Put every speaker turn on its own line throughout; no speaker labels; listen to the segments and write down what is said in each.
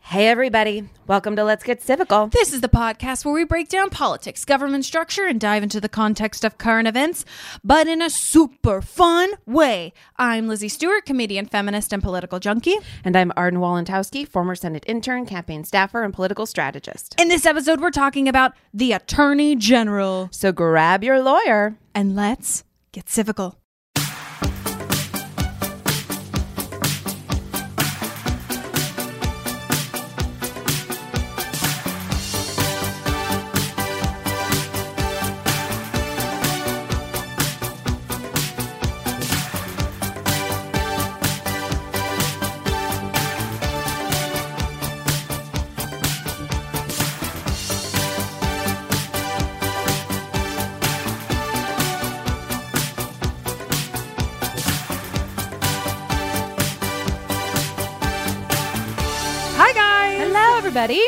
Hey, everybody. Welcome to Let's Get Civical.
This is the podcast where we break down politics, government structure, and dive into the context of current events, but in a super fun way. I'm Lizzie Stewart, comedian, feminist, and political junkie.
And I'm Arden Walentowski, former Senate intern, campaign staffer, and political strategist.
In this episode, we're talking about the Attorney General.
So grab your lawyer.
And let's get civical. Hi, guys.
Hello, everybody.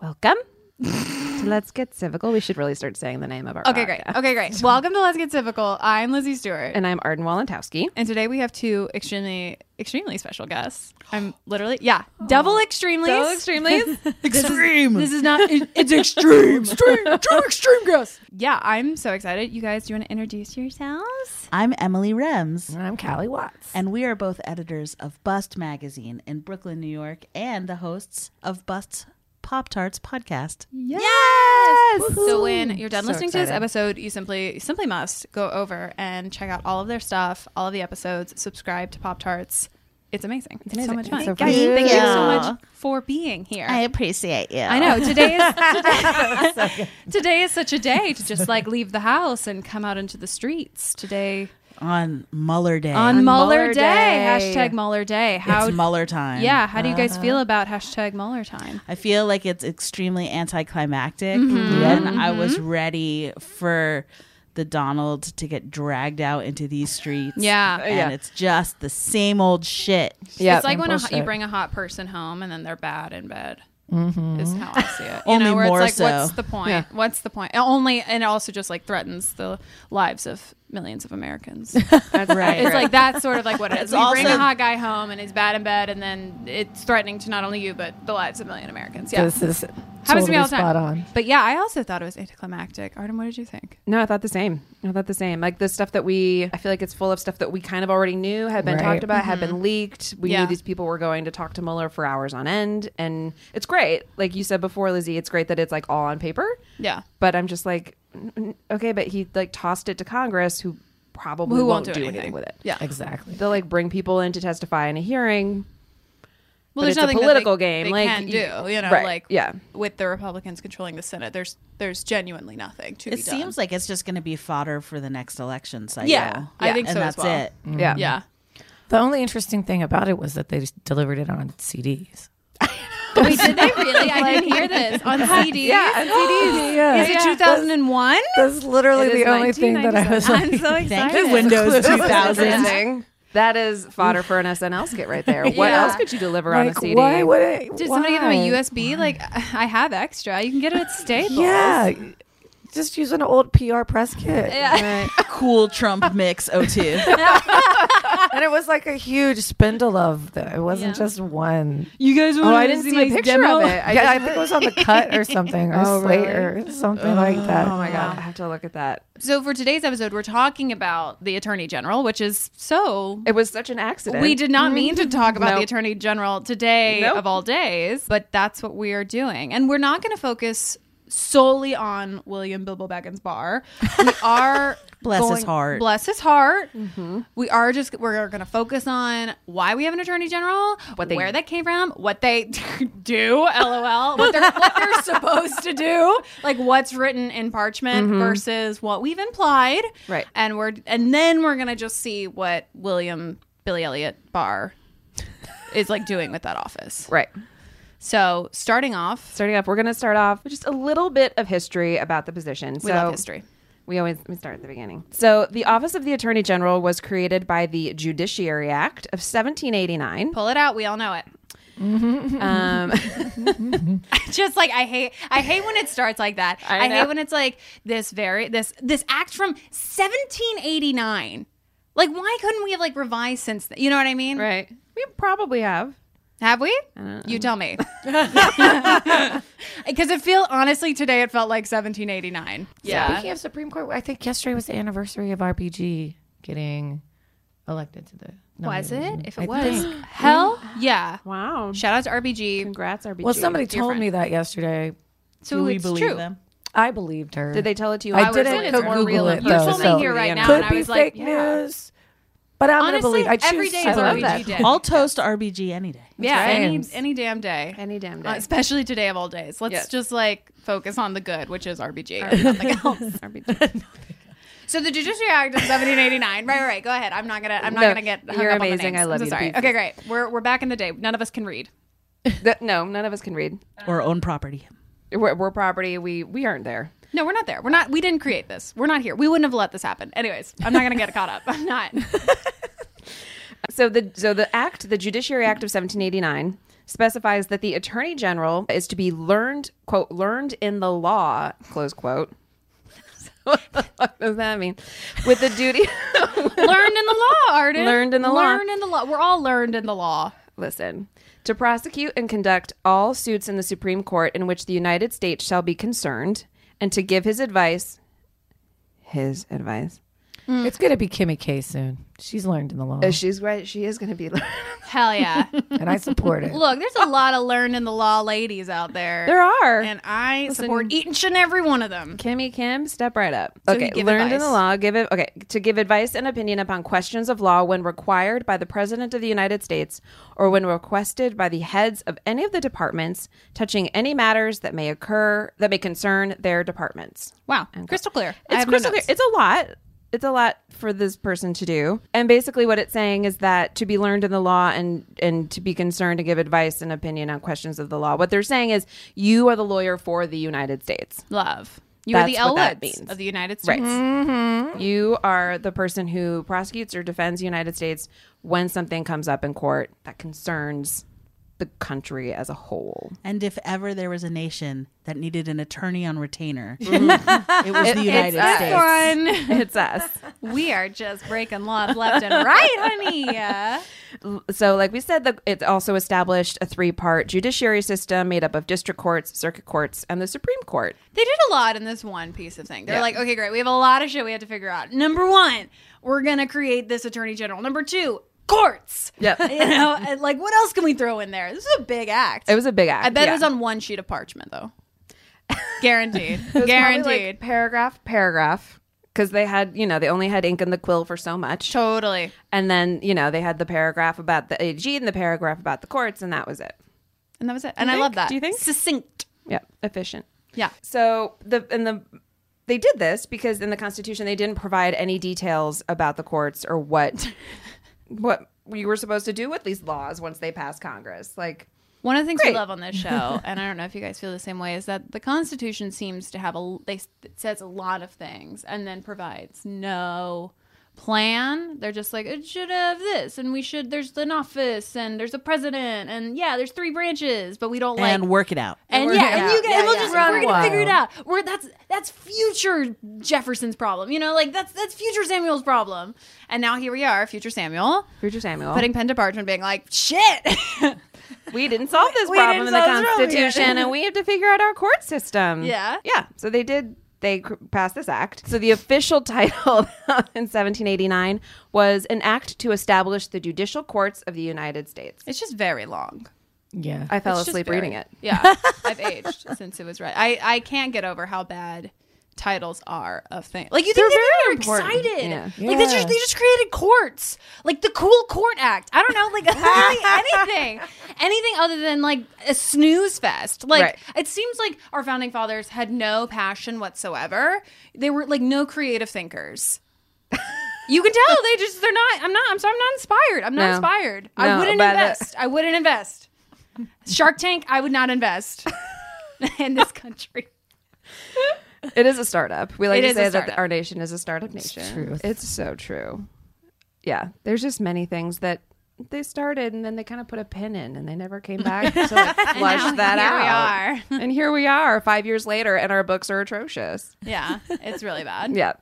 Welcome to Let's Get Civical. We should really start saying the name of our
Okay, great.
podcast.
Okay, great. Welcome to Let's Get Civical. I'm Lizzie Stewart.
And I'm Arden Walentowski.
And today we have two extremely, extremely special guests. I'm literally, yeah, double extremely,
Double extremely.
extreme. This is, not. it- it's extreme, extreme, two extreme guests. Yeah, I'm so excited. You guys, do you want to introduce yourselves?
I'm Emily Rems,
I'm Callie Watts.
and we are both editors of Bust Magazine in Brooklyn, New York, and the hosts of Bust's Pop Tarts podcast.
Yes. So when you're done
So
listening to this
excited.
episode, you simply, you simply must go over and check out all of their stuff, all of the episodes. Subscribe to Pop Tarts. It's amazing. It's, so
amazing.
much
It's
fun.
so
guys,
fun.
thank you so
Yeah.
much for being here.
appreciate you.
I know today is today, today is such a day to just like leave the house and come out into the streets today
On Muller Day.
on, Muller,
Mueller
day.
Day.
hashtag Mueller Day. How
it's Muller time.
yeah? How do you guys feel about hashtag Mueller time?
I feel like it's extremely anticlimactic.
Mm-hmm.
And I was ready for the Donald to get dragged out into these streets.
Yeah.
And
Yeah.
it's just the same old shit.
Yeah,
it's like when a, hot- you
bullshit.
bring a hot person home and then they're bad in bed. Is how I see it. You
Only
know, where
more
it's like, what's
so.
the point? What's the point? Only, and it also just like threatens the lives of millions of Americans.
That's right.
It's like that's sort of like what it is.
It's
You bring a
also-
hot guy home and he's bad in bed, and then it's threatening to not only you but the lives of a million Americans. Yeah,
This is
happens to me
totally
all the time.
spot on.
But yeah, I also thought it was anticlimactic. Arden, what did you think?
No, I thought the same. I thought the same. Like the stuff that we, I feel like it's full of stuff that we kind of already knew, had been
Right.
talked about, had been leaked. We
Mm-hmm. Yeah.
knew these people were going to talk to Mueller for hours on end. And it's great. Like you said before, Lizzie, it's great that it's like all on paper.
Yeah,
But I'm just like, n- n- okay, but he like tossed it to Congress who probably
who
won't, do anything. with it.
Yeah,
Exactly.
They'll like bring people in to testify in a hearing.
Well,
But
there's
it's a
nothing that
political
they-
game,
They
like,
can
you-
do you know,
right,
like
yeah.
with the Republicans controlling the Senate, there's there's genuinely nothing to
It
be done.
seems like it's just going to be fodder for the next election cycle.
Yeah, I think
and
so as
that's
well.
it.
Mm-hmm.
Yeah.
yeah,
The only interesting thing about it was that they just delivered it on CDs.
Wait, did they really? I didn't hear this on CD.
Yeah, and CDs.
Yeah.
Is it 2001?
That's literally
It is
the only thing that I was like,
I'm so excited.
you, Windows
That was
2000.
Interesting. That is fodder for an SNL skit right there. What
Yeah.
else could you deliver on a
like
CD?
why would it?
Did somebody give him a
why?
USB? Like, I have extra. You can get it at Staples.
Yeah. Just use an old PR press kit.
Cool Trump mix 02.
And it was like a huge spindle of the, it wasn't just one.
You guys want
Oh, I didn't see a picture of it. I,
yeah, I
just-
think it was on the cut or something or
Oh,
slate
really?
or something like that.
oh my god, I have to look at that.
So for today's episode, we're talking about the Attorney General, which is so.
It was such an accident. Mm-hmm.
We did not mean to talk about the
Nope.
Attorney General today
Nope.
of all days, but that's what we are doing. And we're not going to focus solely on William Bilbo Baggins Barr. We are
Bless his
going-
heart.
Bless his heart.
Mm-hmm.
We are just we're going to focus on why we have an Attorney General,
What they-
where that came from, what they do, lol, what they're, what they're supposed to do, like what's written in parchment versus what we've implied.
Mm-hmm. Right.
And we're and then we're going to just see what William Billy Elliot Barr is like doing with that office.
Right.
So, starting off,
Starting off, we're going to start off with just a little bit of history about the position.
we love history.
We always we start at the beginning. So, the Office of the Attorney General was created by the Judiciary Act of 1789.
Pull it out, we all know it.
Um,
just like I hate I hate when it starts like that. I,
I know.
hate when it's like this very this this act from 1789. Like why couldn't we have like revised since then? You know what I mean?
right. We probably have.
Have we? You tell me. Cuz it feel honestly today it felt like 1789.
Speaking of Supreme Court, I think yesterday was the anniversary of RBG getting elected to the.
Was it? If it
I
was
think.
hell yeah.
Wow.
Shout out to RBG.
Congrats, RBG.
Well, somebody
Dear
told
friend.
me that yesterday.
So it's true.
I believed her.
Did they tell it to you?
I
was
didn't
like,
go
more
Google
real
it,
and
though,
personal
so-
than
You're
right
the
now,
internet.
and
Could
I
be
was like,
fake news, but I'm
Honestly,
gonna believe. I choose.
every day
I
is
love
RBG
that.
day.
I'll toast RBG any day.
Yeah, any
James.
any damn day.
Any damn day.
Uh, especially today of all days. Let's
Yes.
just like focus on the good, which is RBG. nothing else.
RBG.
So the Judiciary Act of 1789. Right, right, right. Go ahead. I'm not gonna. I'm not
No,
gonna get. Hung
you're
up On the
amazing.
names.
I love
I'm so
you.
Sorry.
Please.
Okay, great. We're we're back in the day. None of us can read.
Th- no, none of us can read.
Uh,
Or own property.
We're, we're property. We we aren't there.
No, we're not there. We're not. We didn't create this. We're not here. We wouldn't have let this happen. Anyways, I'm not gonna get caught up. I'm not.
So the so the act, the Judiciary Act of 1789, specifies that the Attorney General is to be learned quote learned in the law close quote. what does that mean? With the duty,
learned in the law, Arden.
Learned in the law.
Learned in the law. We're all learned in the law.
listen, to prosecute and conduct all suits in the Supreme Court in which the United States shall be concerned, and to give his advice, his advice.
It's gonna be Kimmy K soon. She's learned in the law,
Uh, She's right. She is going to be.
Hell yeah.
and I support it.
Look, there's a lot of learned in the law ladies out there.
there are.
And I support each and every one of them.
Kimmy Kim, step right up.
So
okay,
give
learned in
advice.
the law. Give it. Okay, to give advice and opinion upon questions of law when required by the President of the United States or when requested by the heads of any of the departments touching any matters that may occur that may concern their departments.
Wow, crystal clear. I
It's
have no
crystal clear.
notes.
It's a lot. It's a lot for this person to do. And basically, what it's saying is that to be learned in the law and and to be concerned to give advice and opinion on questions of the law. What they're saying is you are the lawyer for the United States.
Love. You are
That's
the
what that
Elwoods
means.
of the United States.
Right. You are the person who prosecutes or defends the United States when something comes up in court that concerns the country as a whole.
And if ever there was a nation that needed an attorney on retainer, it was the
it's
United
us.
States.
Fun.
It's us.
we are just breaking laws left and right, honey. Yeah.
so, like we said, the, it also established a three part judiciary system made up of district courts, circuit courts, and the Supreme Court.
They did a lot in this one piece of thing. They're
Yeah.
like, okay, great. We have a lot of shit we have to figure out. Number one, we're going to create this attorney general. Number two, courts.
Yep.
You know, and, like, what else can we throw in there? This is a big act.
It was a big act.
I bet
yeah.
it was on one sheet of parchment, though. Guaranteed.
It was probably, like,
Guaranteed.
paragraph, paragraph. because they had you know they only had ink in the quill for so much
Totally.
and then you know they had the paragraph about the AG and the paragraph about the courts and that was it
And that was it. And I love that.
Do you think?
Succinct.
yeah efficient
Yeah.
so the and the they did this because in the Constitution they didn't provide any details about the courts or what what you were supposed to do with these laws once they passed Congress. Like
One of the things
Great.
we love on this show, and I don't know if you guys feel the same way, is that the Constitution seems to have a they it says a lot of things and then provides no plan. They're just like it should have this, and we should there's an office and there's a president, and yeah, there's three branches, but we don't like
and work it out.
and
Work
yeah,
it
and
out.
you guys,
Yeah,
we'll
yeah.
just
Run
we're gonna
wild.
figure it out. We're that's that's future Jefferson's problem, you know, like that's that's future Samuel's problem. And now here we are, future Samuel,
Future Samuel,
putting pen to parchment, being like, shit.
we didn't solve this problem in the
solve this problem yet.
Constitution, and we have to figure out our court system.
Yeah.
yeah. So they did. They cr- passed this act. So the official title in 1789 was an act to establish the judicial courts of the United States.
it's just very long.
Yeah.
I fell
It's just
asleep
very-
reading it.
Yeah, I've aged since it was read. I I can't get over how bad titles are of things. Like you think
They're
they're
very important.
excited?
Yeah.
Like they just they just created courts, like the Cool Court Act. I don't know, like literally anything, anything other than like a snooze fest. Like
Right.
it seems like our founding fathers had no passion whatsoever. They were like no creative thinkers. You can tell they just they're not. I'm not. I'm sorry. I'm not inspired. I'm not
No.
inspired.
No,
I wouldn't
but the-
invest. I wouldn't invest. Shark Tank, I would not invest in this country.
It is a startup. We like
It
to
is a
say that
startup.
our nation is a startup nation. It's,
truth.
so true. Yeah, there's just many things that they started and then they kind of put a pin in and they never came back to like, flush that out.
Here we are.
And here we are, five years later, and our books are atrocious.
Yeah, it's really bad.
Yeah.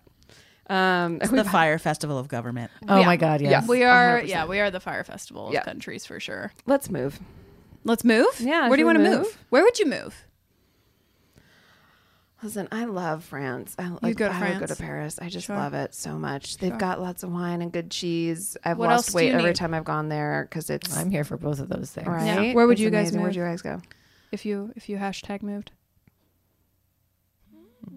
Um,
the fire festival of government.
oh
yeah.
my God. Yes.
We are, yeah, we are the fire festival of
Yeah.
countries for sure.
let's move.
Let's move.
Yeah,
where do
should
you
we
want to move?
move?
Where would you move?
Listen, I love France. I like,
go to
I would go to
France?
Paris. I just love it so much. They've got lots of wine and good cheese. I've
What else
lost
do you
weight every
need?
time I've gone there because it's
I'm here for both of those things.
right.
Yeah. Where would
It's
you guys
amazing. Where'd
move?
you guys go?
If you if you hashtag moved.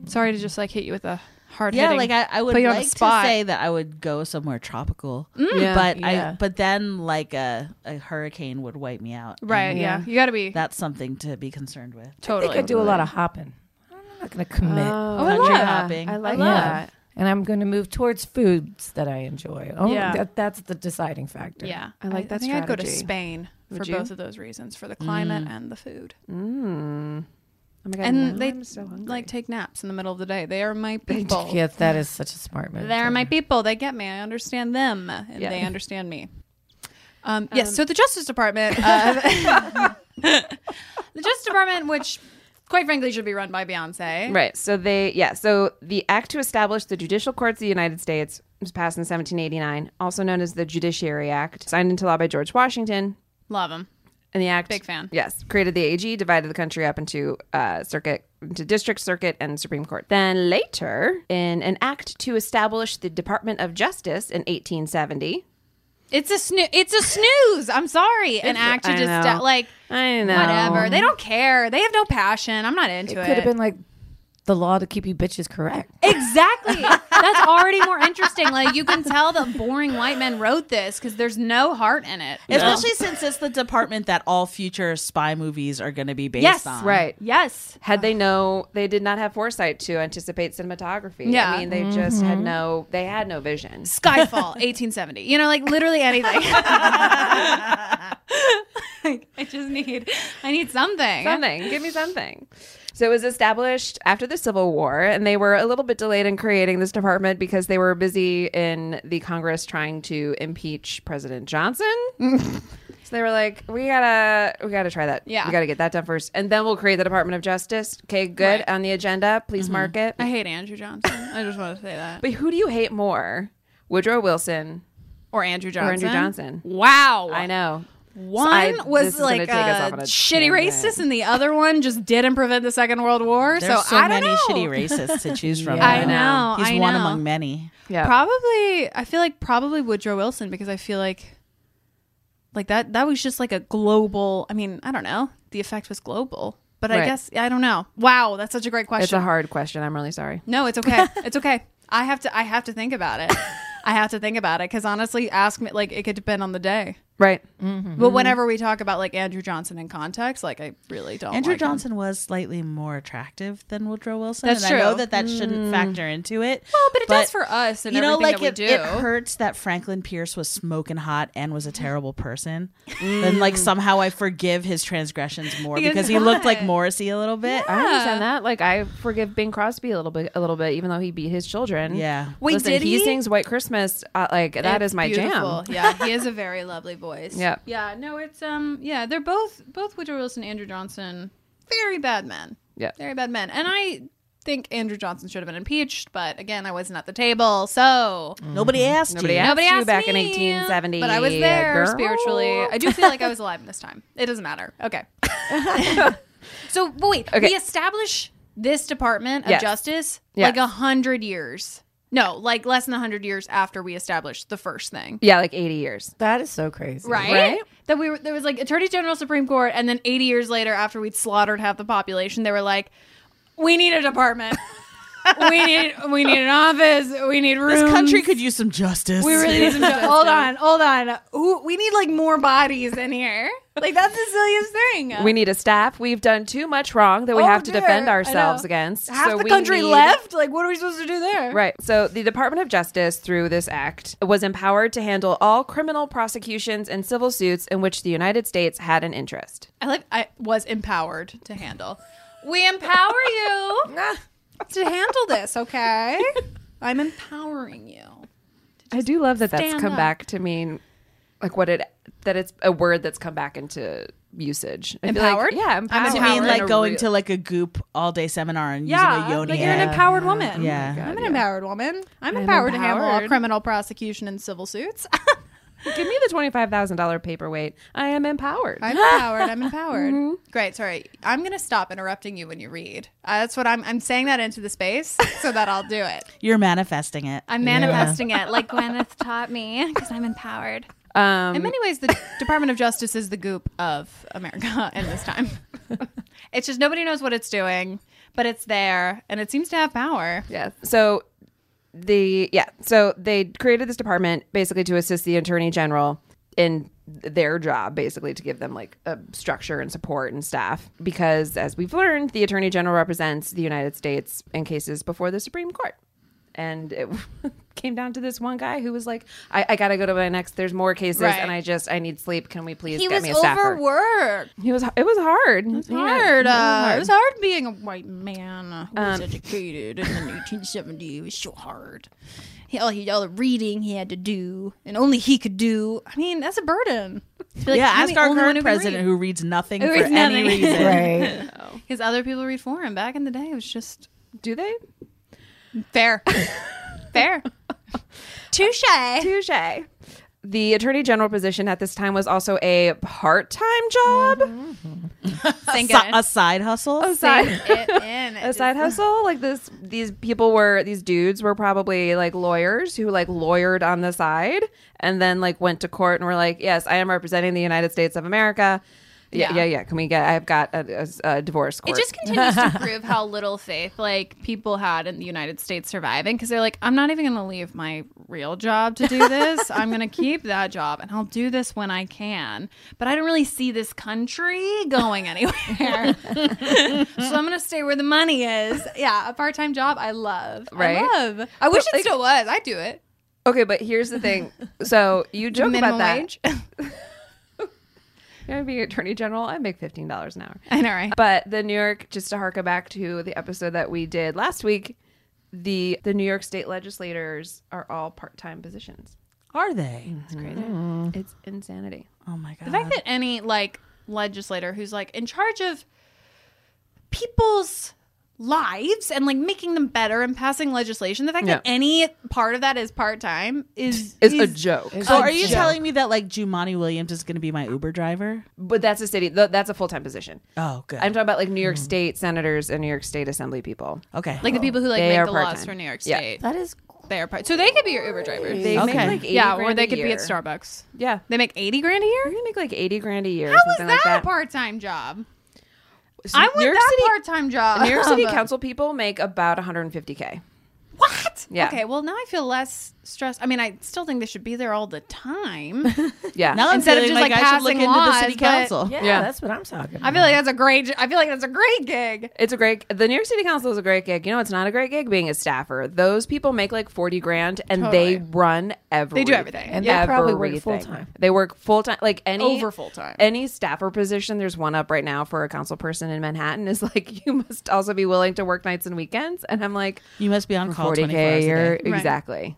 Sorry to just like hit you with a hard
Yeah,
hitting.
like I, I would
put you on the
like to
spot. Mm.
say that I would go somewhere tropical,
Yeah.
but
Yeah.
I but then like a, a hurricane would wipe me out.
right.
And
Yeah,
Yeah.
you got to be
that's something to be concerned with.
I think
totally. Uh,
I do a lot of hopping. I'm not going to commit.
Oh,
Country
yeah.
hopping.
I
I
like
love
that.
and I'm going to move towards foods that I enjoy. Oh,
Yeah.
that, that's the deciding factor.
Yeah,
I like
I
that
think I'd go to
strategy.
Spain
Would
for
you?
both of those reasons, for the climate and the food.
Mm. Oh my god!
and
now
they
I'm so hungry.
like take naps in the middle of the day. They are my people.
Yeah, that is such a smart move.
They're my people. They get me. I understand them, and
Yeah.
they understand me. Um, yes. So the Justice Department, uh, the Justice Department, which quite frankly should be run by Beyonce,
right. So they yeah. So the act to establish the judicial courts of the United States was passed in 1789, also known as the Judiciary Act, signed into law by George Washington.
Love them.
And the act,
Big fan.
Yes, created the AG, divided the country up into uh, circuit, into district, circuit, and Supreme Court. Then later, in an act to establish the Department of Justice in 1870.
It's a snoo- It's a snooze. I'm sorry. An
It's-
act to
I
just
know.
like
I know.
whatever. They don't care. They have no passion. I'm not into
It
it.
could have been like the law to keep you bitches correct.
Exactly. That's already more interesting. Like you can tell that boring white men wrote this because there's no heart in it.
Especially since it's the department that all future spy movies are going to be based
Yes,
on.
Right.
Yes.
had they know they did not have foresight to anticipate cinematography.
Yeah. Mm-hmm.
I mean they just had no they had no vision.
Skyfall, 1870. You know, like literally anything. Like, I just need, I need something.
Something. Give me something. So it was established after the Civil War and they were a little bit delayed in creating this department because they were busy in the Congress trying to impeach President Johnson. so they were like, We gotta we gotta try that.
Yeah.
We gotta get that done first. And then we'll create the Department of Justice. Okay, good. On the agenda. Please mark it.
Mm-hmm. I hate Andrew Johnson. I just want to say that.
But who do you hate more? Woodrow Wilson
Or Andrew Johnson.
Andrew Johnson.
Wow.
I know.
One
So I- this
was
is gonna
like
take us
a
off on a
shitty
tangent.
racist, and the other one just didn't prevent the Second World War.
There's so,
I don't
many
know.
shitty racists to choose from.
I
now.
know,
He's
I
one
know.
among many.
Yeah.
Probably, I feel like probably Woodrow Wilson because I feel like, like that that was just like a global. I mean, I don't know. The effect was global, but I
Right.
guess I don't know. Wow, that's such a great question.
It's a hard question. I'm really sorry.
no, it's okay. it's okay. I have to. I have to think about it. I have to think about it because honestly, ask me like it could depend on the day.
Right.
But whenever we talk about like Andrew Johnson in context, like I really don't.
Andrew
like him.
Johnson was slightly more attractive than Woodrow Wilson.
That's
and I know
true. Mm.
that that shouldn't factor into it.
Well, but it does for us and
you know,
everything
like
that we
it,
do.
it hurts that Franklin Pierce was smoking hot and was a terrible person. then,
Mm.
like somehow I forgive his transgressions more
Because
because he looked like
what?
Morrissey a little bit.
I understand that. Like I forgive Bing Crosby a little bit, a little bit, even though he beat his children.
Yeah.
Wait,
Listen,
did he?
sings "White Christmas." Uh, like that
It's
is my
beautiful.
jam.
yeah, he has a very lovely voice.
Yeah.
Yeah. No, it's um. Yeah, they're both both Woodrow Wilson and Andrew Johnson, very bad men.
Yeah.
Very bad men. And I think Andrew Johnson should have been impeached, but again, I wasn't at the table, so
Nobody asked
Nobody
you.
asked.
nobody
you
asked
back
me.
in 1870,
But I was there
girl.
spiritually. I do feel like I was alive this time. It doesn't matter. Okay. so but wait,
Okay.
we establish this Department of
Yes.
Justice
Yes.
like a hundred years. No, like less than a hundred years after we established the first thing.
Yeah, like 80 years.
That is so crazy.
Right?
Right?
That we were there was like Attorney General, Supreme Court, and then 80 years later, after we'd slaughtered half the population, they were like, "We need a department. we need we need an office. We need rooms.
This country could use some justice.
we really need some. ju- hold on, hold on. Who, we need like more bodies in here. Like that's the silliest thing.
We need a staff. We've done too much wrong that we
Oh,
have to
dear.
defend
I
ourselves
know.
against.
half
So
the
we
country
need-
left. Like what are we supposed to do there?
Right. So the Department of Justice, through this act, was empowered to handle all criminal prosecutions and civil suits in which the United States had an interest.
I like I was empowered to handle. We empower you to handle this, okay? I'm empowering you.
I do love that that's
stand
come
up.
back to mean like what it that it's a word that's come back into usage. I feel
Empowered?
Like, yeah,
I'm
empowered.
You
empowered.
mean like
In a
going
real- Oh
to like a goop all day seminar and
Yeah,
using a yoni
like you're an
egg?
empowered woman.
Yeah.
I'm an empowered woman. I'm, empowered, to handle all
empowered.
criminal prosecution and civil suits.
give me the twenty five thousand dollar paperweight. I am empowered.
I'm empowered. I'm empowered. Great. Sorry, I'm gonna stop interrupting you when you read. Uh, that's what I'm. I'm saying that into the space so that I'll do it.
You're manifesting it.
I'm manifesting it like Gwyneth taught me because I'm empowered.
um,
In many ways, the Department of Justice is the goop of America in this time. it's just nobody knows what it's doing, but it's there and it seems to have power.
Yeah. So the yeah, so they created this department basically to assist the attorney general in their job basically to give them like a structure and support and staff because as we've learned the attorney general represents the United States in cases before the Supreme Court. And it came down to this one guy who was like, I, I gotta go to my next. There's more cases,
Right.
and I just I need sleep. Can we please
He
get
was
me a staffer?
overworked.
He was. It was hard. It was
hard. Uh, it was hard being a white man who
Um,
was educated in the 1870s. It was so hard. He, all, he, all the reading he had to do, and only he could do. I mean, that's a burden. To be like,
yeah,
"I'm
ask
the
our
only one
current
who can
president
read."
who reads nothing
Who
for
reads
any
nothing.
reason.
Right.
Because other people read for him. Back in the day, it was just
Do they?
fair. fair. Touche.
Touche. The attorney general position at this time was also a part-time job,
Mm-hmm. Thank
So- a
goodness.
side hustle.
Oh,
side-
Sink it in. It
a side hustle. Like this, these people were these dudes were probably like lawyers who like lawyered on the side, and then like went to court and were like, "Yes, I am representing the United States of America." Yeah,
Yeah.
yeah, yeah. Can we get? I've got a, a, a divorce court.
It just continues to prove how little faith like people had in the United States surviving because they're like, I'm not even going to leave my real job to do this. I'm going to keep that job and I'll do this when I can. But I don't really see this country going anywhere, so I'm going to stay where the money is. Yeah, a part time job I love.
Right?
I love. I wish it
like-
still was. I do it.
okay, but here's the thing. So you joke about
Minimum
that.
wage.
You're gonna be attorney general. I make fifteen dollars an hour.
I know, right?
But the New York, just to harken back to the episode that we did last week, the the New York state legislators are all part time positions.
Are they?
It's crazy. It's insanity.
Oh my god.
The fact that any like legislator who's like in charge of people's lives and like making them better and passing legislation, the fact that
Yeah.
any part of that is part time is
It's a
is-
joke.
so are you telling me that like Jumani Williams is going to be my Uber driver?
But that's a city. th- That's a full time position.
Oh, good.
I'm talking about like New York State senators and New York State assembly people.
okay.
like the people who like
They
make
are
the laws
part-time.
for New York
Yeah.
State.
That is
They are part, so they could be your Uber drivers.
They make
Okay.
like 80
yeah, or
grand
they
a
could be
year.
at Starbucks.
Yeah,
They make eighty grand a
they
year.
make like eighty grand a year. or
How is
something
that,
like that
a part time job?
So
I want
New York
that
City,
part time job.
New York City council people make about 150k.
What?
Yeah.
Okay, well now I feel less stressed. I mean, I still think they should be there all the time.
Yeah.
Now I'm
Instead of
feeling
just, like,
I should look
passing
into the
laws,
city
but-
council.
Yeah,
Yeah.
that's what I'm talking about.
I feel like that's a great. I feel like that's a great gig.
It's a great. The New York City Council is a great gig. You know, it's not a great gig being a staffer. Those people make like forty grand, and
Totally.
they run everything.
everything.
And they probably work
Everything.
full-time.
They work full time. Like any
Over full-time.
Any staffer position. There's one up right now for a council person in Manhattan. Is like you must also be willing to work nights and weekends. And I'm like
You must be on call
forty
24 hours
k
a
or
day.
Right.
exactly.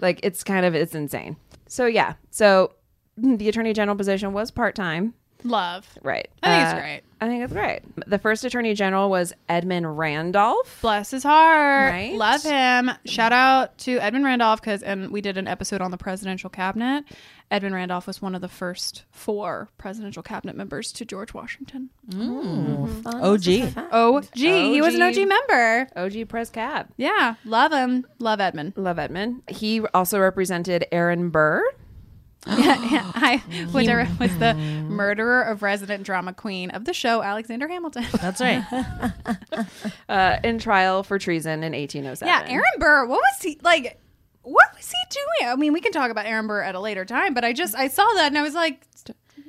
Like it's kind of it's insane. So yeah. So the attorney general position was part time.
Love.
Right. Uh,
I think it's great.
I think it's great. The first attorney general was Edmund Randolph.
Bless his heart.
Right?
Love him. Shout out to Edmund Randolph because, and we did an episode on the presidential cabinet. Edmund Randolph was one of the first four presidential cabinet members to George Washington. Oh,
OG.
OG. He was an
OG.
OG member.
OG press cab.
Yeah. Love him. Love Edmund.
Love Edmund. He also represented Aaron Burr.
yeah, I which I re- was the murderer of resident drama queen of the show, Alexander Hamilton.
That's right.
Uh, in trial for treason in 1807.
yeah, Aaron Burr. What was he like? What was he doing? I mean, we can talk about Aaron Burr at a later time, but I just I saw that and I was like,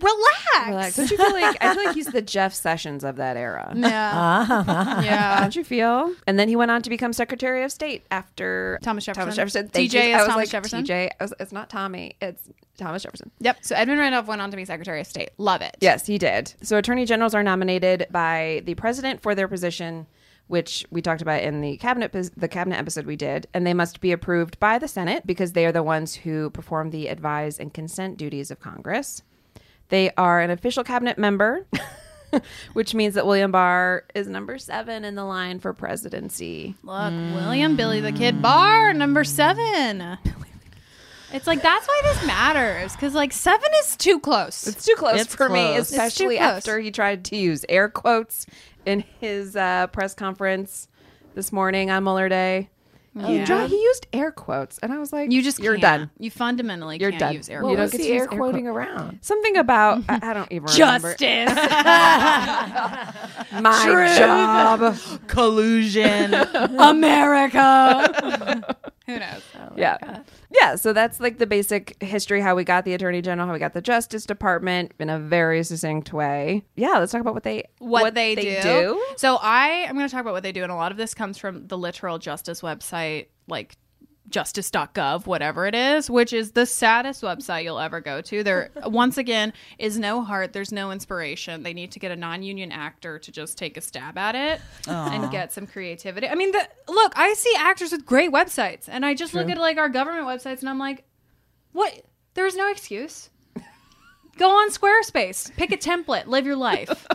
relax.
Relax. Don't you feel like I feel like he's the Jeff Sessions of that era.
Yeah, yeah.
Don't you feel? And then he went on to become Secretary of State after
Thomas Jefferson.
Thomas Jefferson.
TJ
Thank you.
is
I was
Thomas
like,
Jefferson.
TJ. I was- it's not Tommy. It's Thomas Jefferson.
Yep. So Edmund Randolph went on to be Secretary of State. Love it.
Yes, he did. So attorney generals are nominated by the president for their position, which we talked about in the cabinet pos- the cabinet episode we did, and they must be approved by the Senate because they are the ones who perform the advise and consent duties of Congress. They are an official cabinet member, which means that William Barr is number 7 in the line for presidency.
Look, William Billy the Kid Bar number seven. It's like that's why this matters because like seven is too close.
It's too close
It's
for me,
close. It's
too
especially
close.
after he tried to use air quotes in his uh, press conference this morning on Mueller Day. He,
Yeah.
dri- he used air quotes, and I was like,
You just
you're
can't.
done."
You fundamentally
You're
can't
done.
use air
Well,
you
You
quotes.
don't get
don't
to
see
use
air
air
quoting around.
Something about I, I don't even remember
Justice.
my job.
Collusion.
America. Who knows?
yeah, yeah. So that's like the basic history: how we got the Attorney General, how we got the Justice Department, in a very succinct way. Yeah, let's talk about what they
What, they, do. So I am going to talk about what they do, and a lot of this comes from the literal justice website, like justice.gov, whatever it is, which is the saddest website you'll ever go to. There, once again, is no heart. There's no inspiration. They need to get a non-union actor to just take a stab at it and get some creativity. I mean, the, look, I see actors with great websites, and I just look at like our government websites, and I'm like, what? There's no excuse. Go on Squarespace, pick a template, live your life.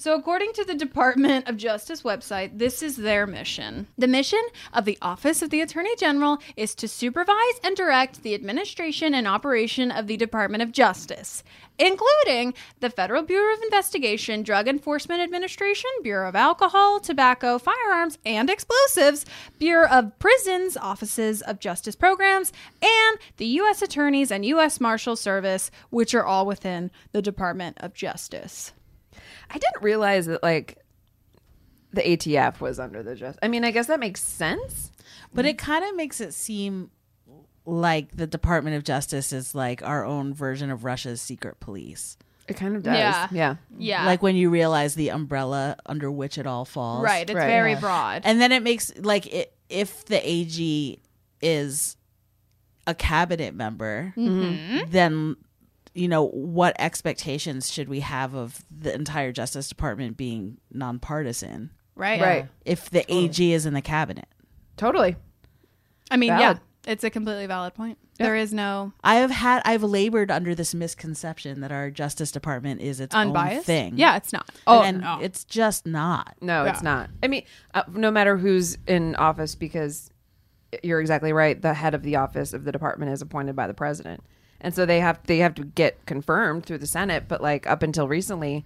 So, according to the Department of Justice website, this is their mission. The mission of the Office of the Attorney General is to supervise and direct the administration and operation of the Department of Justice, including the Federal Bureau of Investigation, Drug Enforcement Administration, Bureau of Alcohol, Tobacco, Firearms, and Explosives, Bureau of Prisons, Offices of Justice Programs, and the U.S. Attorneys and U.S. Marshal Service, which are all within the Department of Justice.
I didn't realize that like the ATF was under the just. I mean, I guess that makes sense.
But it kind of makes it seem like the Department of Justice is like our own version of Russia's secret police.
It kind of does.
Yeah.
Yeah.
Yeah.
Like when you realize the umbrella under which it all falls.
right. It's
Right.
very broad.
And then it makes like it, if the AG is a cabinet member,
Mm-hmm.
then you know what expectations should we have of the entire Justice Department being nonpartisan
right.
Right.
if the AG is in the cabinet?
Totally.
I mean,
Valid.
yeah. It's a completely valid point. There is no
I have had I've labored under this misconception that our Justice Department is its own
unbiased
thing.
Yeah, it's not.
Oh, and it's just not.
No,
Yeah.
it's not. I mean, uh, no matter who's in office, because you're exactly right. The head of the office of the department is appointed by the president, and so they have they have to get confirmed through the Senate. But like up until recently,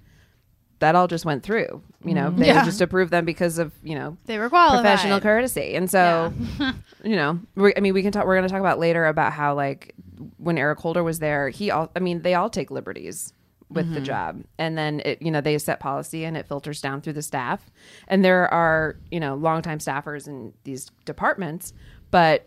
that all just went through. You know, they
Mm-hmm. Yeah.
just approved them because of you know
They were qualified.
professional courtesy, and so you know, we I mean, we can talk. We're going to talk about later about how like when Eric Holder was there, he all. I mean, they all take liberties. with the job and then it you know they set policy and it filters down through the staff and there are you know longtime staffers in these departments but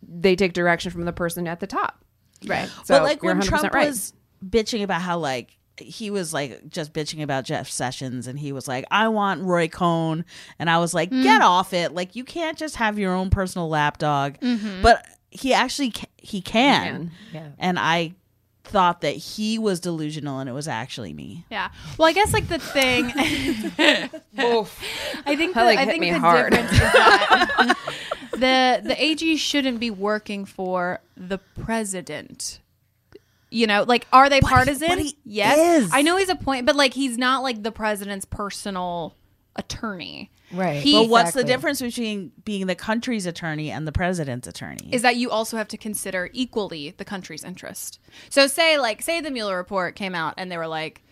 they take direction from the person at the top
Right.
so
but like
you're
when
100%
Trump
right.
was bitching about how like he was like just bitching about Jeff Sessions and he was like, I want Roy Cohn. And I was like, get off it. Like you can't just have your own personal lapdog. But he actually ca- he can.
Yeah.
And I thought that he was delusional and it was actually me.
Yeah. Well, I guess like the thing. I think the,
That, like,
I
hit
think
me
the
hard.
difference is that the the AG shouldn't be working for the president. You know, like are they partisan?
but he
yes.
is.
I know he's a point, but like he's not like the president's personal attorney.
Right.
He
But what's the
Exactly.
difference between being the country's attorney and the president's attorney?
is that you also have to consider equally the country's interest. So say like say the Mueller report came out and they were like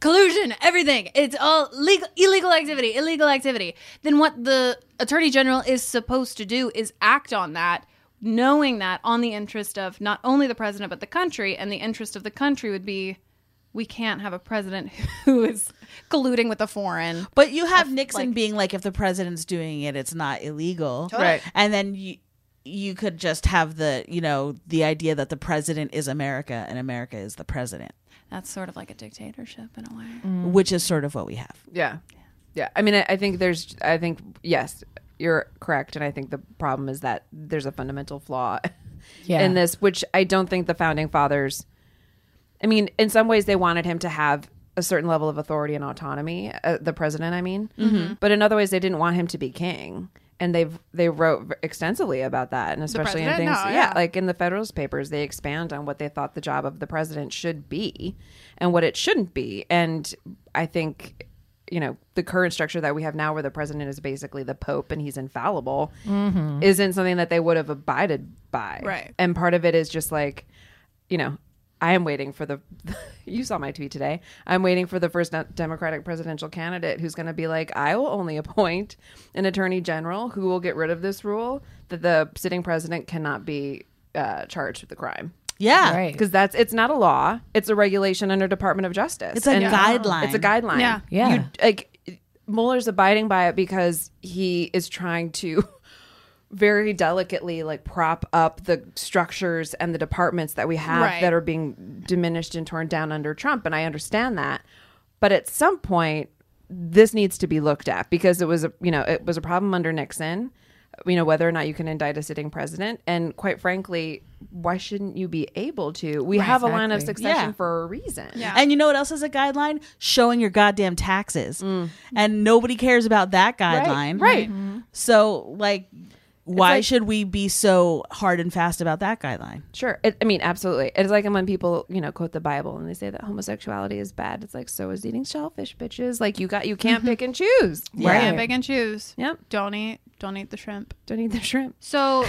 collusion, everything, it's all legal illegal activity, illegal activity. Then what the attorney general is supposed to do is act on that knowing that on the interest of not only the president but the country and the interest of the country would be we can't have a president who is colluding with a foreign
But you have Nixon
like-
being like, if the president's doing it, it's not illegal,
Right.
And then you you could just have the you know the idea that the president is America and America is the president,
that's sort of like a dictatorship in a way.
which is sort of what we have.
Yeah. Yeah. I mean, I, I think there's, I think, yes, you're correct. And I think the problem is that there's a fundamental flaw
Yeah.
in this, which I don't think the founding fathers, I mean, in some ways they wanted him to have a certain level of authority and autonomy, uh, the president, I mean.
Mm-hmm.
But in other ways, they didn't want him to be king. And they've they wrote extensively about that, and especially in things,
president? No,
yeah,
yeah.
like in the Federalist Papers, they expand on what they thought the job of the president should be and what it shouldn't be. And I think, you know, the current structure that we have now, where the president is basically the pope and he's infallible, isn't something that they would have abided by.
Mm-hmm. Right.
And part of it is just like, you know, I am waiting for the. You saw my tweet today. I'm waiting for the first de- Democratic presidential candidate who's going to be like, I will only appoint an attorney general who will get rid of this rule that the sitting president cannot be uh, charged with the crime
Yeah,
Right.
because that's it's not a law; it's a regulation under Department of Justice.
It's a guideline.
It's a guideline.
Yeah.
Yeah.
You, like Mueller's abiding by it because he is trying to very delicately like prop up the structures and the departments that we have
Right.
that are being diminished and torn down under Trump and I understand that but at some point this needs to be looked at because it was a you know it was a problem under Nixon you know whether or not you can indict a sitting president and quite frankly why shouldn't you be able to we have a line of
exactly.
succession
Yeah.
for a reason yeah
And you know what else is a guideline? Showing your goddamn taxes, and nobody cares about that guideline,
right.
So like, why
like-
should we be so hard and fast about that guideline?
Sure. It, I mean, absolutely. It's like when people, you know, quote the Bible and they say that homosexuality is bad. It's like, so is eating shellfish, bitches. Like, you got, you can't pick and choose.
Right.
Right.
Yeah, pick and choose.
Yep.
Don't eat. Don't eat the shrimp.
Don't eat the shrimp.
So,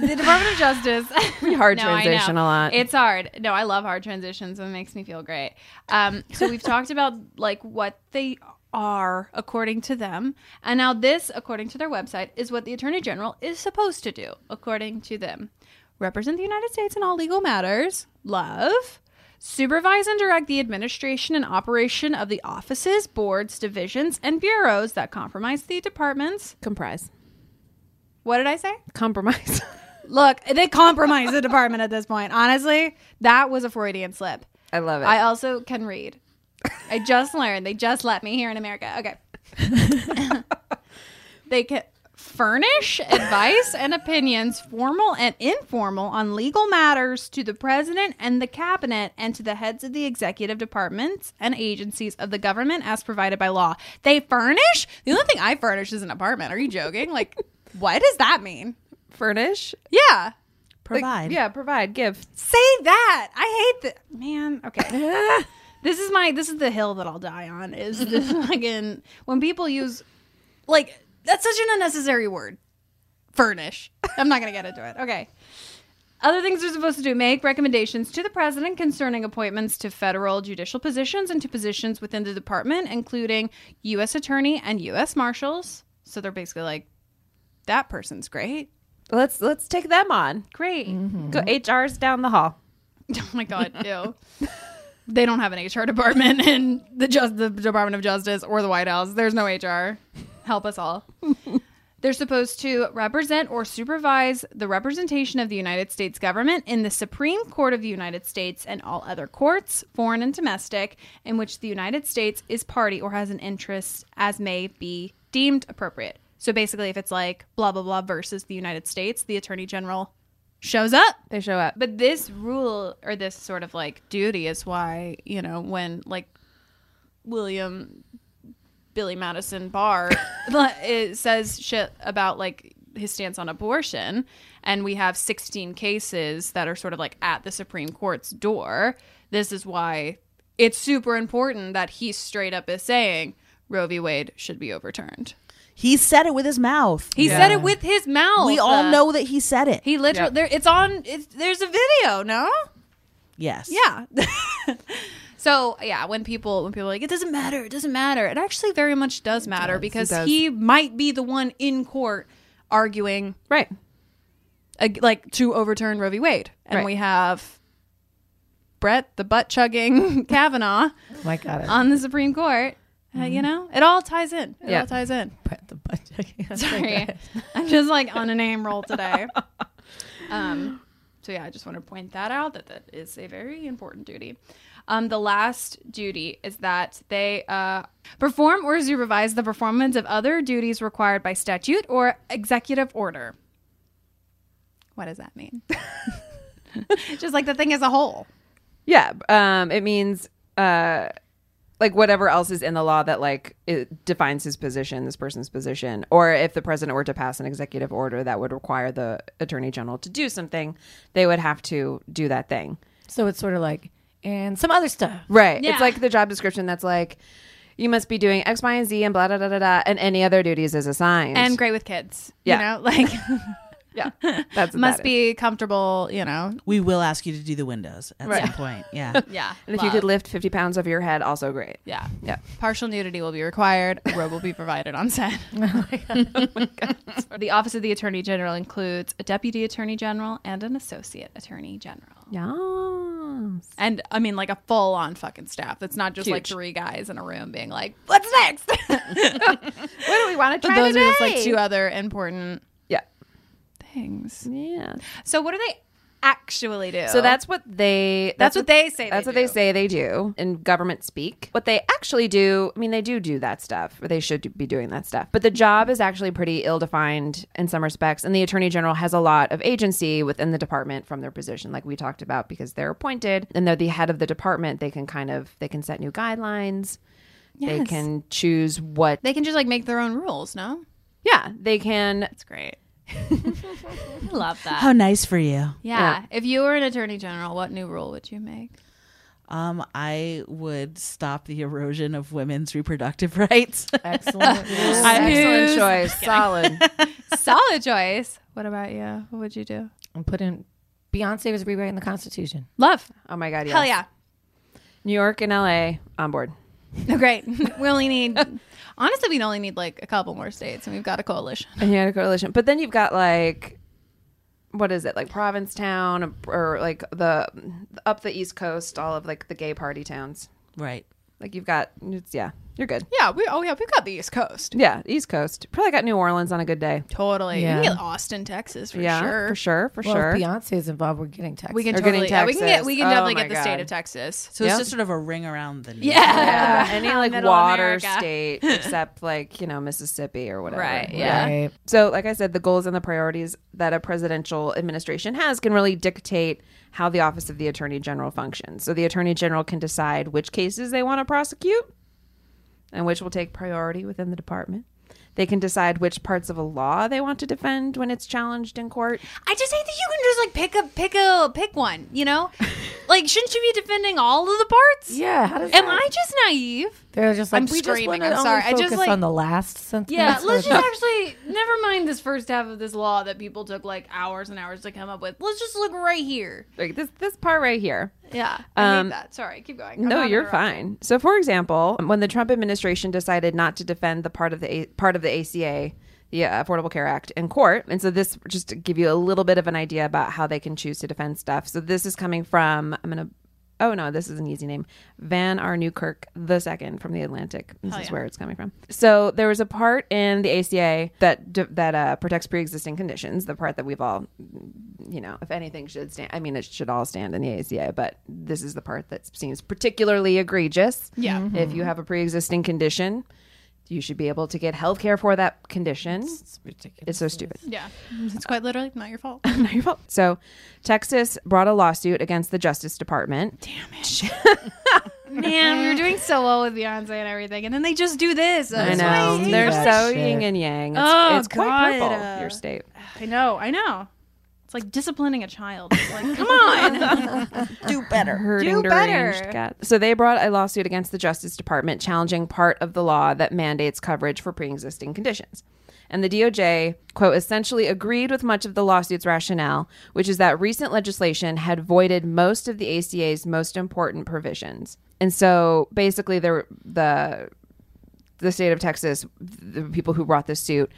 the Department of Justice.
hard
No, I know.
transition a lot.
It's hard. No, I love hard transitions. It makes me feel great. Um, so we've talked about like what they are according to them, and now this, according to their website, is what the Attorney General is supposed to do according to them: represent the United States in all legal matters. Love. Supervise and direct the administration and operation of the offices, boards, divisions, and bureaus that compromise the departments.
Comprise.
What did I say?
Compromise.
Look, they compromised the department at this point. Honestly, that was a Freudian slip.
I love it.
I also can read. I just learned. They just let me here in America. Okay. they can furnish advice and opinions, formal and informal, on legal matters to the president and the cabinet and to the heads of the executive departments and agencies of the government as provided by law. They furnish? The only thing I furnish is an apartment. Are you joking? Like, what does that mean?
Furnish.
Yeah.
Like,
Provide.
yeah. Provide. Give.
Say that. I hate that. Man, okay. this is my this is the hill that I'll die on is this fucking when people use like that's such an unnecessary word. Furnish. I'm not going to get into it. Okay. Other things they're supposed to do make recommendations to the president concerning appointments to federal judicial positions and to positions within the department, including U.S. attorney and U.S. marshals. So they're basically like, that person's great.
Let's, let's take them on.
Great.
Go HR's down the hall.
Oh my god, no. They don't have an HR department in the just the Department of Justice or the White House. There's no HR. Help us all. They're supposed to represent or supervise the representation of the United States government in the Supreme Court of the United States and all other courts, foreign and domestic, in which the United States is party or has an interest as may be deemed appropriate. So basically, if it's like blah, blah, blah versus the United States, the Attorney General shows up.
They show up.
But this rule or this sort of like duty is why, you know, when like William Billy Madison Barr like, it says shit about like his stance on abortion and we have 16 cases that are sort of like at the Supreme Court's door. This is why it's super important that he straight up is saying Roe v. Wade should be overturned.
He said it with his mouth.
He said it with his mouth.
we all
Uh,
know that he said it.
he literally there it's on it's, there's a video, no?
yes.
Yeah. so yeah, when people when people are like it doesn't matter, it doesn't matter, it actually very much does matter because
does.
he might be the one in court arguing
Right.
ag- like to overturn Roe v. Wade, and
Right.
we have Brett the butt chugging Kavanaugh
my God, I
on the Supreme Court. Uh, you know, it all ties in. It
Mm-hmm. Yeah.
all ties in.
put the budget.
Sorry, I'm just like on a name roll today. Um, so yeah, I just want to point that out that that is a very important duty. Um, the last duty is that they uh, perform or supervise the performance of other duties required by statute or executive order. What does that mean? just like the thing as a whole.
Yeah. Um, it means uh, like whatever else is in the law that like it defines his position, this person's position, or if the president were to pass an executive order that would require the attorney general to do something, they would have to do that thing.
So it's sort of like, and some other stuff.
Right.
Yeah.
It's like the job description that's like you must be doing X, Y, and Z and blah da da da da and any other duties is assigned.
And great with kids.
Yeah.
You know, like
yeah. That's what
must
that is.
be comfortable, you know.
We will ask you to do the windows at some point. Yeah.
Yeah.
And if you could lift fifty pounds over your head, also great.
Yeah.
Yeah.
Partial nudity will be required. A robe will be provided on set. Oh the office of the attorney general includes a deputy attorney general and an associate attorney general.
Yes.
And I mean, like a full on fucking staff. It's not just like
Huge.
three guys in a room being like, what's next?
What do we want to
but
try
those are just like
today?
two other important
Yeah.
things.
Yeah.
So, what do they actually do?
So that's what they.
That's what they say they
That's what they
do.
say they do in government speak. What they actually do, I mean, they do do that stuff, or they should be doing that stuff. But the job is actually pretty ill-defined in some respects, and the attorney general has a lot of agency within the department from their position, like we talked about, because they're appointed and they're the head of the department. They can kind of they can set new guidelines. They
Yes.
can choose what.
they can just like make their own rules, no?
Yeah, they can.
That's great. I love that.
How nice for you.
Yeah. If you were an attorney general, what new rule would you make?
Um, I would stop the erosion of women's reproductive rights.
Excellent.
Excellent choice, solid.
Solid choice. What about you? What would you do?
and put in Beyonce was rewriting the Constitution.
Love.
Oh my god, yes.
Hell yeah.
New York and L.A. on board.
Oh, Great. we only need, honestly, we only need like a couple more states and we've got a coalition.
and you had a coalition. But then you've got like, what is it like Provincetown or like the up the East Coast, all of like the gay party towns.
right.
Like you've got, it's, yeah, you're good.
Yeah. We, oh, yeah. We've got the East Coast.
Yeah, East Coast. Probably got New Orleans on a good day.
Totally. We can
Yeah.
get Austin, Texas for
yeah,
sure.
for sure, for
Well,
sure.
if Beyonce is involved, we're getting Texas.
We can
Or getting
totally, yeah, we can get,
Texas.
we can
Oh
definitely
my
get the state
God.
of Texas.
So
Yeah.
it's just sort of a ring around the neck.
yeah, any like
Middle
water
America.
state except like you know Mississippi or whatever.
Right, yeah.
Right.
So, like I said, the goals and the priorities that a presidential administration has can really dictate how the office of the attorney general functions. So, the attorney general can decide which cases they want to prosecute and which will take priority within the department. They can decide which parts of a law they want to defend when it's challenged in court.
I just hate that you can just like pick a, pick a, pick one, you know? like, shouldn't you be defending all of the parts?
Yeah. How does
Am
that-
I just naive?
They're just like
I'm
we
screaming,
Just wanna
I'm
only
sorry. I just,
focus
like-
on the last sentence.
Yeah, let's just actually never mind this first half of this law that people took like hours and hours to come up with. Let's just look right here.
Like this, this part right here.
Yeah, I
Um,
hate that. Sorry, keep going. I'm
no,
not
you're
interrupting.
fine. So, for example, when the Trump administration decided not to defend the part of the A- part of the ACA, the uh, Affordable Care Act, in court, and so this just to give you a little bit of an idea about how they can choose to defend stuff. So, this is coming from I'm going to oh no, this is an easy name. Van R. Newkirk the second from the Atlantic. This is
yeah.
where it's coming from. So there was a part in the ACA that d- that uh, protects pre-existing conditions. The part that we've all, you know, if anything should stand. I mean, it should all stand in the ACA, but this is the part that seems particularly egregious.
Yeah. Mhm.
if you have a pre-existing condition, you should be able to get health care for that condition.
It's ridiculous.
It's so stupid.
Yeah. Mm, It's quite literally not your fault.
Not your fault. So, Texas brought a lawsuit against the Justice Department. Damn it.
Man, we were doing so well with Beyonce and everything, and then they just do this.
I
That's why
know.
hate
um, They're
it.
so
shit.
yin and yang. It's,
Oh,
it's quite
God.
purple, your state.
I know. I know. It's like disciplining a child. It's like, come on.
Do better.
Hurting
Do
deranged
better.
cat. So they brought a lawsuit against the Justice Department challenging part of the law that mandates coverage for pre-existing conditions. And the DOJ, quote, essentially agreed with much of the lawsuit's rationale, which is that recent legislation had voided most of the ACA's most important provisions. And so basically there the the state of Texas, the people who brought this suit,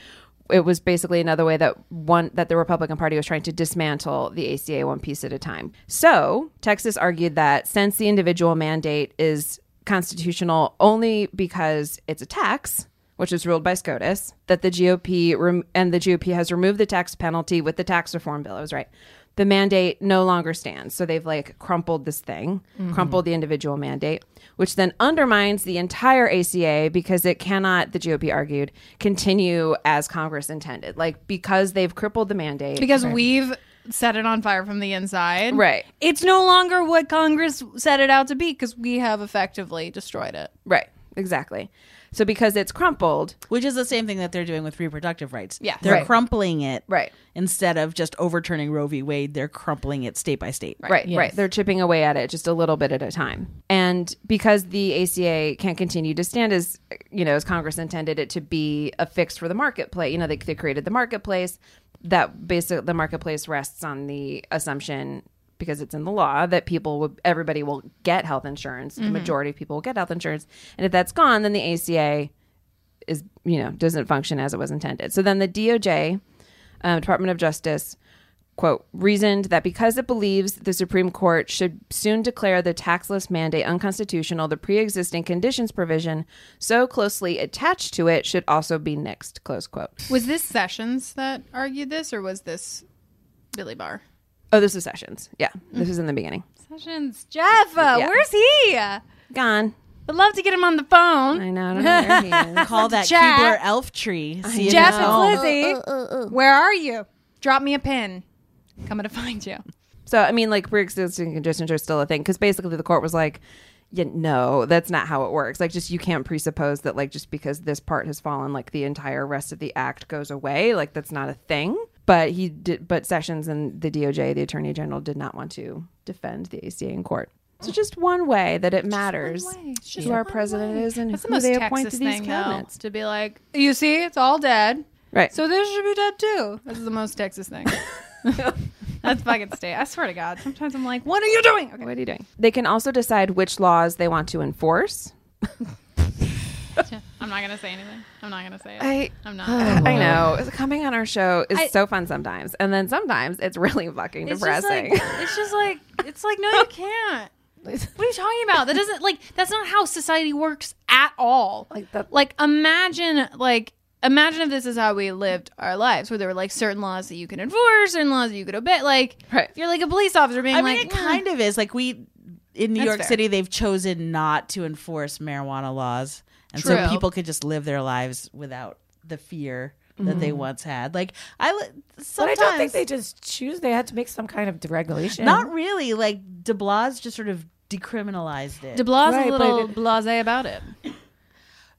it was basically another way that one that the Republican Party was trying to dismantle the ACA one piece at a time. So Texas argued that since the individual mandate is constitutional only because it's a tax, which is ruled by SCOTUS, that the GOP rem- and the GOP has removed the tax penalty with the tax reform bill. I was right. The mandate no longer stands. So they've like crumpled this thing, crumpled the individual mandate, which then undermines the entire ACA because it cannot, the GOP argued, continue as Congress intended. Like because they've crippled the mandate.
because we've set it on fire from the inside.
Right.
It's no longer what Congress set it out to be because we have effectively destroyed it.
right. Exactly. So because it's crumpled,
Which is the same thing that they're doing with reproductive rights.
Yes.
They're
Right.
crumpling it.
Right.
Instead of just overturning Roe v. Wade, they're crumpling it state by state.
Right, right.
Yes.
They're chipping away at it just a little bit at a time. And because the ACA can't continue to stand as, you know, as Congress intended it to be a fix for the marketplace, you know, they, they created the marketplace that basically the marketplace rests on the assumption because it's in the law that people would everybody will get health insurance the majority of people will get health insurance and if that's gone then the aca is you know doesn't function as it was intended. So then the DOJ, uh, Department of Justice, quote reasoned that because it believes the Supreme Court should soon declare the taxless mandate unconstitutional, the pre-existing conditions provision so closely attached to it should also be nixed. Close quote.
Was this Sessions that argued this, or was this Billy Barr?
Oh, this is Sessions. Yeah, this is in the beginning.
Sessions, Jeff, uh,
Yeah.
where's he?
Gone.
Would love to get him on the phone.
I know. I don't know where he is.
Call that
Chat.
Keebler elf tree. See if
Jeff
it's
and
Oh.
all-
Lizzie, where are you? Drop me a pin. Coming to find you.
So I mean, like pre-existing conditions are still a thing because basically the court was like, yeah, no, that's not how it works. Like, just you can't presuppose that like just because this part has fallen, like the entire rest of the act goes away. Like that's not a thing. But he did. But Sessions and the DOJ, the Attorney General, did not want to defend the ACA in court. So just one way that it matters who our president is and
That's the
who
most
they appoint
Texas
to these
thing, though,
cabinets.
to be like, you see, it's all dead.
Right.
So this should be dead too. This is the most Texas thing. That's fucking state. I swear to God. Sometimes I'm like, what are you doing? Okay.
What are you doing? They can also decide which laws they want to enforce.
I'm not gonna say anything. I'm not gonna say it.
I uh,
I'm not.
I know. It's- Coming on our show is
I-
so fun sometimes, and then sometimes it's really fucking
It's just like
depressing.
it's just like it's like no, you can't. What are you talking about? That doesn't like that's not how society works at all. Like
that-
like imagine like imagine if this is how we lived our lives, where there were like certain laws that you can enforce, certain laws that you could obey. Like
Right.
you're like a police officer being
I mean,
like "Mm,
it kind of is. Like we in New
That's
York
fair.
City, they've chosen not to enforce marijuana laws, and
True.
so people could just live their lives without the fear that they once had. Like I li-
But I
sometimes
don't think they just choose. They had to make some kind of regulation.
not really. Like De Blas just sort of decriminalized it.
De Bla's
Right,
a
but
little
it-
blasé about it.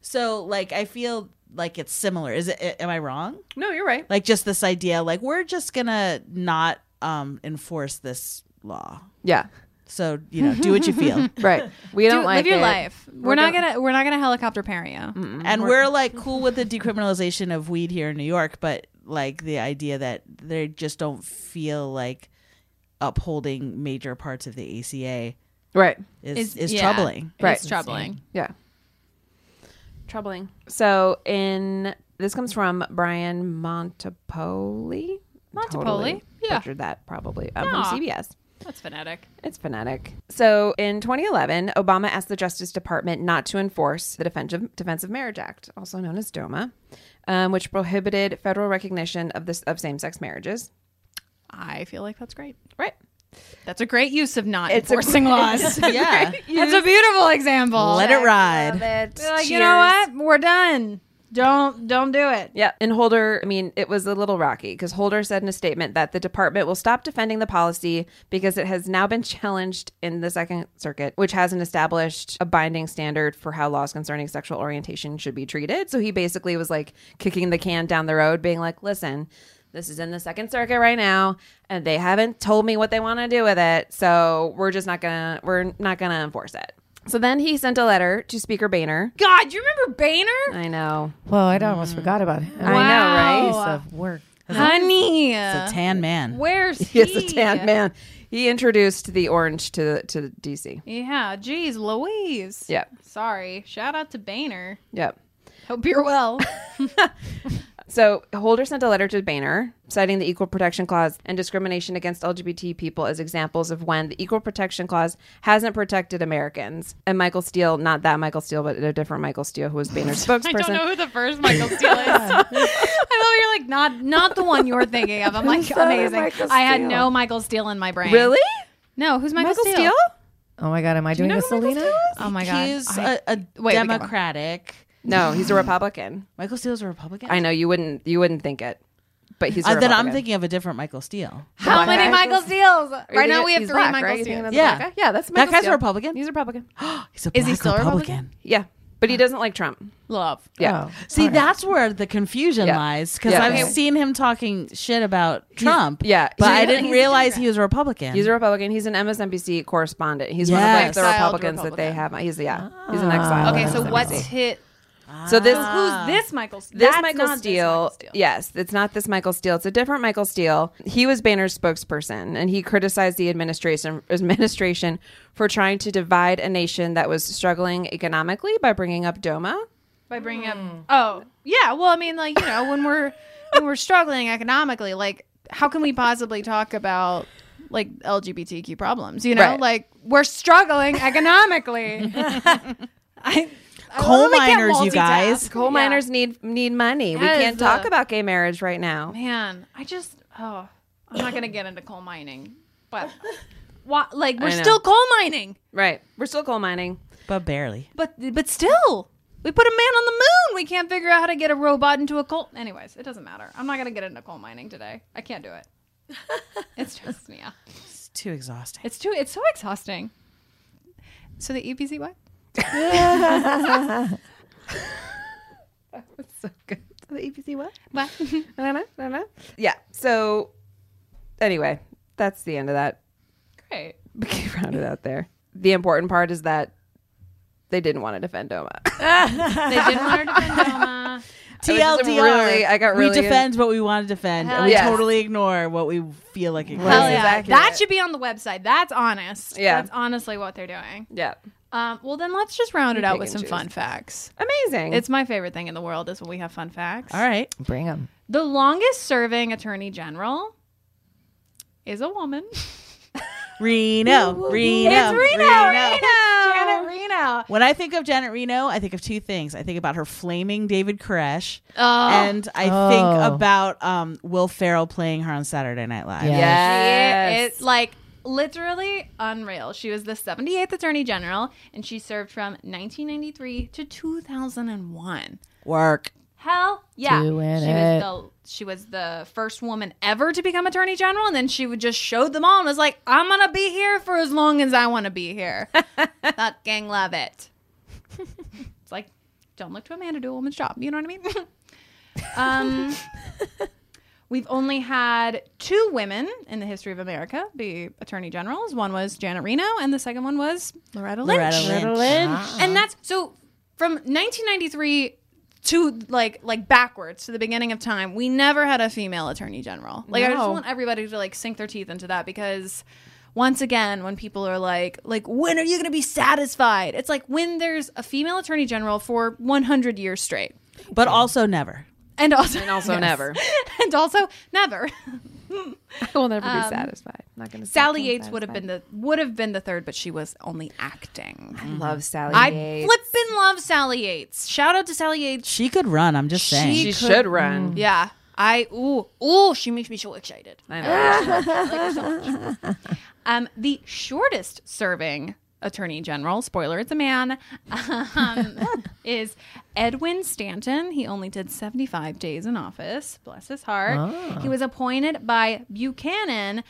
so like I feel like it's similar. Is it? Am I wrong?
no, you're right.
Like just this idea. Like we're just gonna not um enforce this law.
Yeah,
So you know, do what you feel.
right. We don't
Do-
like
live your
it.
life. We're, not
don't-
gonna we're not gonna helicopter parent you.
and we're like cool with the decriminalization of weed here in New York, but like the idea that they just don't feel like upholding major parts of the ACA
Right.
is is,
yeah.
troubling.
Right.
It's troubling.
Yeah. Troubling. So in this comes from Brian Montepoli.
Montepoli?
Totally
Yeah.
Butchered that probably um,
Aw.
from CBS.
That's phonetic.
It's phonetic. So in 2011, Obama asked the Justice Department not to enforce the Defense of, Defense of Marriage Act, also known as DOMA, um, which prohibited federal recognition of this of same sex marriages.
I feel like that's great.
Right.
That's a great use of not
It's a
enforcing laws.
Yeah.
That's a beautiful example.
Let it ride.
Be like, you know what? We're done. Don't don't do it.
Yeah. And Holder, I mean, it was a little rocky because Holder said in a statement that the department will stop defending the policy because it has now been challenged in the Second Circuit, which hasn't established a binding standard for how laws concerning sexual orientation should be treated. So he basically was like kicking the can down the road, being like, listen, this is in the Second Circuit right now, and they haven't told me what they want to do with it. So we're just not gonna we're not gonna enforce it. So then he sent a letter to Speaker Boehner.
God, you remember Boehner?
I know.
Well, I almost forgot about him. Uh,
I know, right?
Piece of work.
Oh, Honey.
It's a tan man.
Where's he?
Yes, a tan man. He introduced the orange to to DC.
Yeah, geez, Louise.
Yep,
Sorry. Shout out to Boehner.
yep.
Hope you're well.
So Holder sent a letter to Boehner citing the Equal Protection Clause and discrimination against LGBT people as examples of when the Equal Protection Clause hasn't protected Americans. And Michael Steele, not that Michael Steele, but a different Michael Steele who was Boehner's
I
spokesperson.
don't know who the first Michael Steele is. I love you're like not not the one you're thinking of. I'm like
Who's the other
amazing.
Michael
I had
Steele?
no Michael Steele in my brain.
Really?
No, who's Michael,
Michael
Steele?
Steele?
Oh my God, am I doing a Selena?
Oh my god.
He's
I-
a, a
we got one.
Democratic.
No, he's a Republican.
Michael Steele's a Republican.
I know you wouldn't you wouldn't think it, but he's. A
Uh, then I'm
Republican.
thinking of a different Michael Steele.
how many Michael Steeles?
Are you
Right now
thinking
we have
he's
three
black,
Michael
right? You thinking that's
Steeles.
Yeah.
black guy? yeah, that's Michael
That guy's
Steele.
a Republican.
He's a Republican.
He's a
Is
black
he still a
Republican.
Republican?
yeah, but he doesn't like Trump.
Love.
Yeah.
Oh.
See, that's where the confusion
Yeah.
lies because
Yeah.
I've
Okay.
seen him talking shit about Trump.
yeah.
but
He's-
I didn't
he's a
realize
Democrat.
he was a Republican.
He's a Republican. He's an MSNBC correspondent. He's one of like,
Yes.
the
Exiled
Republicans that they have.
Republican.
He's yeah. He's an exile.
Okay, so
MSNBC.
what's hit?
So this
Who's this Michael? Steele?
this
That's
Michael
not this
Steele,
Michael Steele.
yes, it's not this Michael Steele. It's a different Michael Steele. He was Boehner's spokesperson, and he criticized the administration administration for trying to divide a nation that was struggling economically by bringing up DOMA.
by bringing up oh yeah well i mean like you know when we're when we're struggling economically like how can we possibly talk about like lgbtq problems you know
Right.
like we're struggling economically I, I
Coal
literally can't
miners, you
multitask.
guys.
Coal
Yeah.
miners need need money. we
That is
can't talk
the-
about gay marriage right now.
man i just oh i'm not gonna get into coal mining but why, like we're
know.
still coal mining
Right. We're still coal mining.
but barely.
but but still we put a man on the moon we can't figure out how to get a robot into a coal anyways it doesn't matter i'm not gonna get into coal mining today i can't do it it's just yeah
It's too exhausting.
it's too it's so exhausting so the epc what
So good. The EPC what?
what
No, no, no, no. Yeah. So, anyway, that's the end of that.
great
We can round it out there. The important part is that they didn't want to defend Doma.
they didn't want her to defend
uh,
Doma.
TLDR.
just really- I got really-
we defend what we want to defend, and we
yes.
totally ignore what we feel like ignoring.
Hell yeah.
accurate.
That should be on the website. That's honest.
Yeah.
That's honestly what they're doing.
yeah.
Um, well, then let's just round it out with
and
some
choose.
fun facts.
Amazing.
It's my favorite thing in the world is when we have fun facts.
All right.
Bring him.
The longest serving attorney general is a woman.
Reno. Reno.
It's Reno. Reno. Janet Reno.
When I think of Janet Reno, I think of two things. I think about her flaming David Koresh,
Oh.
and I
Oh.
think about um, Will Ferrell playing her on Saturday Night Live.
Yeah.
Yes.
It's like literally unreal. She was the 78th attorney general and she served from 1993 to 2001.
Work.
Hell yeah.
Doing
she
it.
was the she was the first woman ever to become attorney general and then she would just showed them all and was like, "I'm going to be here for as long as I want to be here." Fucking love it. it's like don't look to a man to do a woman's job, you know what I mean? um We've only had two women in the history of America be attorney generals. One was Janet Reno, and the second one was Loretta Lynch.
Loretta Lynch.
Uh-uh.
And that's so from 1993 to like like backwards to the beginning of time, we never had a female attorney general. Like I just
No.
want everybody to like sink their teeth into that because once again, when people are like like when are you going to be satisfied? It's like when there's a female attorney general for 100 years straight.
But also never.
And also
and also never.
and also never.
I will never be satisfied. I'm not gonna.
um, Sally Yates would have been the would have been the third, but she was only acting.
I love Sally
I
Yates.
flippin' love Sally Yates. Shout out to Sally Yates.
She could run. I'm just saying.
She should run.
Yeah. I ooh ooh she makes me so excited.
I know.
Um, the shortest serving attorney general, spoiler, it's a man, um, is Edwin Stanton. He only did 75 days in office. Bless his heart. He was appointed by Buchanan.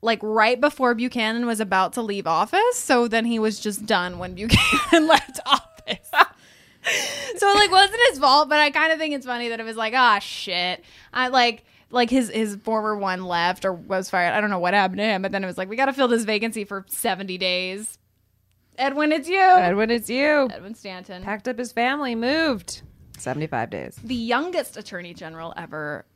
Like right before Buchanan was about to leave office, so then he was just done when Buchanan left office. so it, like wasn't his fault, but I kind of think it's funny that it was like, ah, shit. I like like his his former one left or was fired. I don't know what happened to him, but then it was like we got to fill this vacancy for seventy days. Edwin, it's you.
Edwin, it's you.
Edwin Stanton,
Packed up his family, moved. Seventy-five days.
the youngest attorney general ever.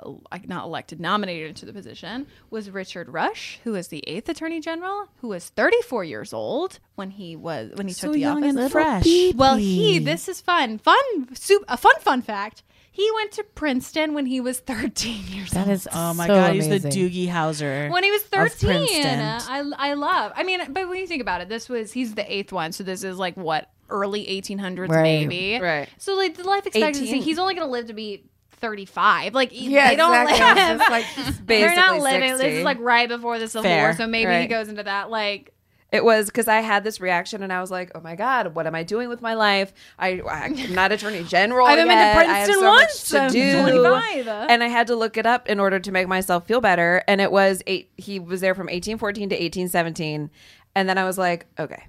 uh, Like not elected, nominated into the position was Richard Rush, who was the eighth Attorney General, who was 34 years old when he was when he
so
took the
young
office.
and fresh.
Well, he. This is fun. Fun. Soup. A fun fun fact. He went to Princeton when he was 13 years
That
old.
is
Oh my
so
god, he's the
amazing.
Doogie Howser.
When he was
of
13.
Princeton.
I I love. I mean, but when you think about it, this was he's the eighth one, so this is like what early 1800s
Right.
maybe.
Right.
So like the life expectancy,
18.
he's only going to live to be 35. Like
Yeah,
they don't
exactly. I was
live.
just like,
They're not
Basically
living.
60.
This is like right before the Civil War,
Fair.
so maybe he
Right.
goes into that like
It was because I had this reaction and I was like, "Oh my god, what am I doing with my life? I, I'm not attorney general.
I haven't been to
yet.
Princeton
I
once. I'm
have so much to do,
25.
and I had to look it up in order to make myself feel better. And it was eight. He was there from 1814 to 1817, and then I was like, okay.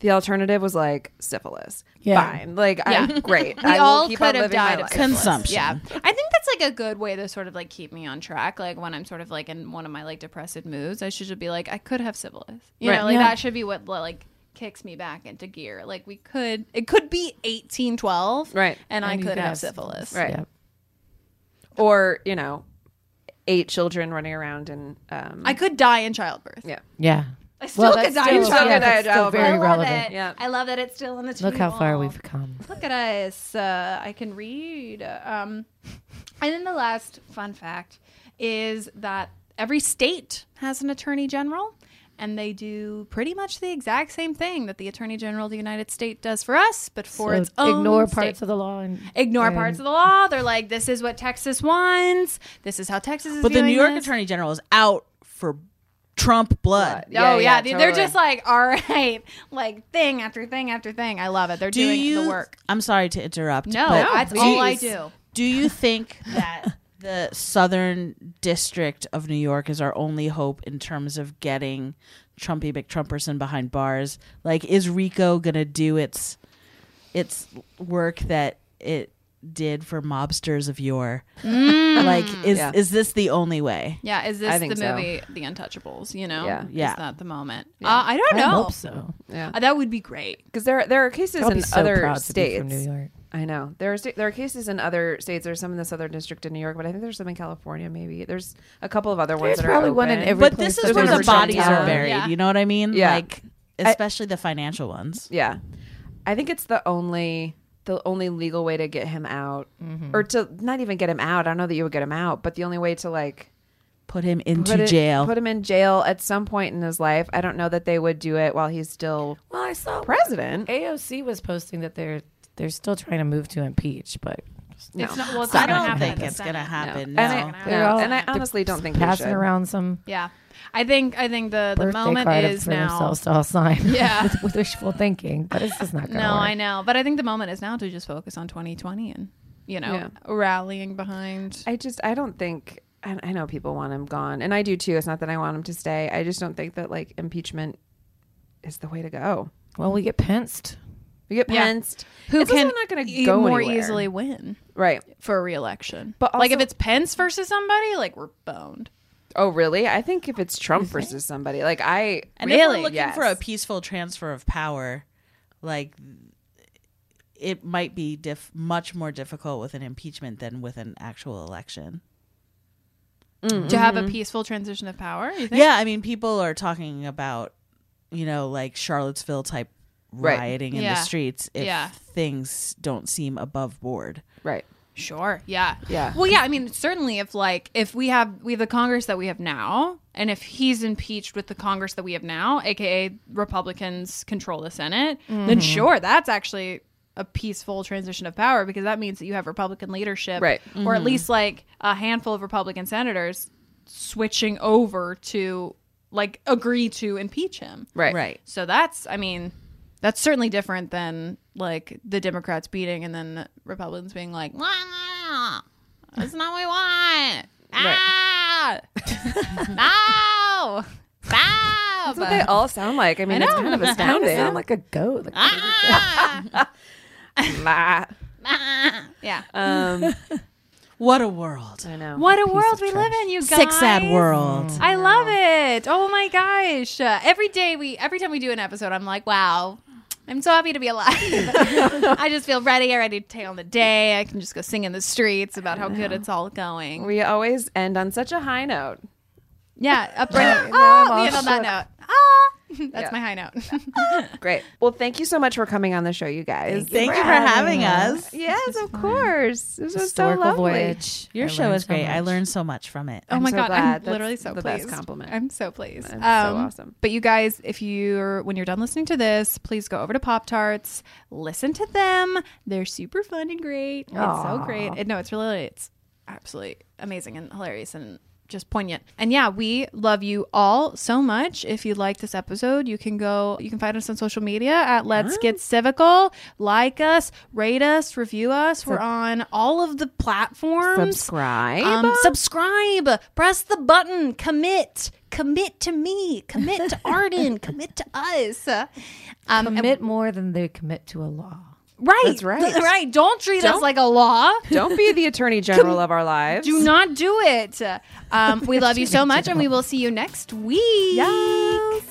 The alternative was like syphilis.
Yeah.
Fine. Like,
Yeah.
I'm great.
We
I will
all
keep
could
on
have
living my
died of
life.
Consumption.
Yeah. I think that's like a good way to sort of like keep me on track. Like when I'm sort of like in one of my like depressive moods, I should just be like, I could have syphilis. You know, like that should be what like kicks me back into gear. Like we could, it could be 1812.
Right.
And, I
And you
could
could
have
have
syphilis.
Right.
Yep.
Or you know, eight children running around and um,
I could die in childbirth.
yeah.
Yeah.
I still
Well,
could
that's
die
still-
in
still
childbirth.
could die
that's
in
still
childbirth.
very
I love
relevant.
it.
Yeah.
I love that it's still in the
Look how far
wall.
we've come.
Look at us. Uh, I can read. Um, and then the last fun fact is that every state has an attorney general, and they do pretty much the exact same thing that the attorney general of the United States does for us, but for
So
its own
ignore
state.
parts of the law and
ignore parts of the law. They're like, this is what Texas wants. This is how Texas is.
but the
viewing
New York
this.
Attorney General is out for Trump blood.
Oh yeah, they're
totally.
just like all right, like thing after thing after thing. I love it. They're
Do
doing
you?
the work.
I'm sorry to interrupt.
No,
but
that's
do
all
you-
I do.
Do you think that the Southern District of New York is our only hope in terms of getting Trumpy McTrumperson behind bars? Like, is Rico gonna do its its work that it did for mobsters of yore? like, is
Yeah.
is this the only way?
Yeah, is
I
this
think
the
so.
movie The Untouchables? You know,
Yeah.
Yeah.
is that the moment? Uh, I don't know.
I hope so.
Yeah.
Uh, that would be great.
because there there are cases
I'll
in
be so
other
proud to be
states.
from New York.
I know there are sta- there are cases in other states. There's some in the Southern District in New York, but I think there's some in California. Maybe there's a couple of other ones. that
There's probably
are
one in
open.
every-
but this
place
is
that
where
there's
the
a
bodies
downtown.
are buried.
Yeah.
You know what I mean?
Yeah.
Like, especially the financial ones.
Yeah, I think it's the only the only legal way to get him out,
Mm-hmm.
or to not even get him out. I don't know that you would get him out, but the only way to like
Put him into
put it-
jail.
put him in jail at some point in his life. I don't know that they would do it while he's still
Well, I saw
president.
AOC was posting that they're they're still trying to move to impeach, but
No.
It's not. Well, it's
I
not gonna
don't
happen at
think
the
it's gonna
Senate.
happen.
And,
no.
I,
They're
no.
all-
and I honestly don't think they
passing
should.
around some
Yeah, I think. I think the the
birthday
moment
card
is
for
now.
themselves to all sign.
Yeah.
with, with wishful thinking, but it's just not going to
No,
work.
I know, but I think the moment is now to just focus on 2020 and you know
Yeah.
rallying behind.
I just I don't think I, I know people want him gone, and I do too. It's not that I want him to stay. I just don't think that like impeachment is the way to go.
Well, we get pinced.
You get
Yeah.
pensed.
Who
It's also
can
not going to
e-
go
more
anywhere.
easily win
Right.
for a reelection?
But
like if
also-
it's Pence versus somebody, like we're boned.
Oh, really? I think if it's Trump versus somebody, like I
And if we're
really
looking
yes.
for a peaceful transfer of power, like it might be diff- much more difficult with an impeachment than with an actual election.
To have
Mm-hmm.
a peaceful transition of power, you think?
Yeah, I mean, people are talking about you know like Charlottesville type
Right.
rioting in
Yeah.
the streets if
Yeah.
things don't seem above board.
right.
Sure. Yeah.
Yeah.
Well, yeah. I mean, certainly, if like if we have we have the Congress that we have now, and if he's impeached with the Congress that we have now, aka Republicans control the Senate,
Mm-hmm.
then sure, that's actually a peaceful transition of power because that means that you have Republican leadership,
Right. Mm-hmm.
Or at least like a handful of Republican senators switching over to like agree to impeach him,
Right.
Right.
so that's, I mean, that's certainly different than like the Democrats beating and then Republicans being like, "Wah, wah, wah. "That's not what we want." Ah! no! Stop!
That's what they all sound like. I mean,
I
it's
know.
kind of
They
astounding.
sound like a goat. Like,
Ah!
Blah.
yeah.
um,
What a world.
I know.
what a world we live in, you guys.
Sick sad world.
I love it. Oh my gosh. Uh, every day we every time we do an episode, I'm like, wow. I'm so happy to be alive. I just feel ready. I ready to take on the day. I can just go sing in the streets about how good it's all going.
We always end on such a high note.
yeah, upbringing.
Now I'm
Ah,
all
we end on that
shook.
note. Ah,
Yeah.
that's my high note.
Great. Well, thank you so much for coming on the show, you guys.
Thank you for having us.
Yes, of course. This was so
historical
lovely.
voyage.
Your
I
show
learned
is
so
great. I
much.
learned so much from it.
Oh my
so
god,
glad.
I'm
That's
literally so
the best
pleased.
compliment.
I'm so pleased. Um,
That's so awesome.
But you guys, if you're when you're done listening to this, please go over to Pop Tarts, listen to them. They're super fun and great. It's so great. It, no, it's really it's absolutely amazing and hilarious and just poignant. And yeah, we love you all so much. If you like this episode, you can go you can find us on social media at Let's Get Civical. Like us, rate us, review us. We're on all of the platforms.
Subscribe.
Um, subscribe. Press the button. Commit. Commit to me. Commit to Arden. commit to us. Um,
Commit more than they commit to a law.
right.
That's right.
Right. Don't treat us like a law.
Don't be the attorney general of our lives.
Do not do it. Um, we love you so much, and we will see you next week.
Yes.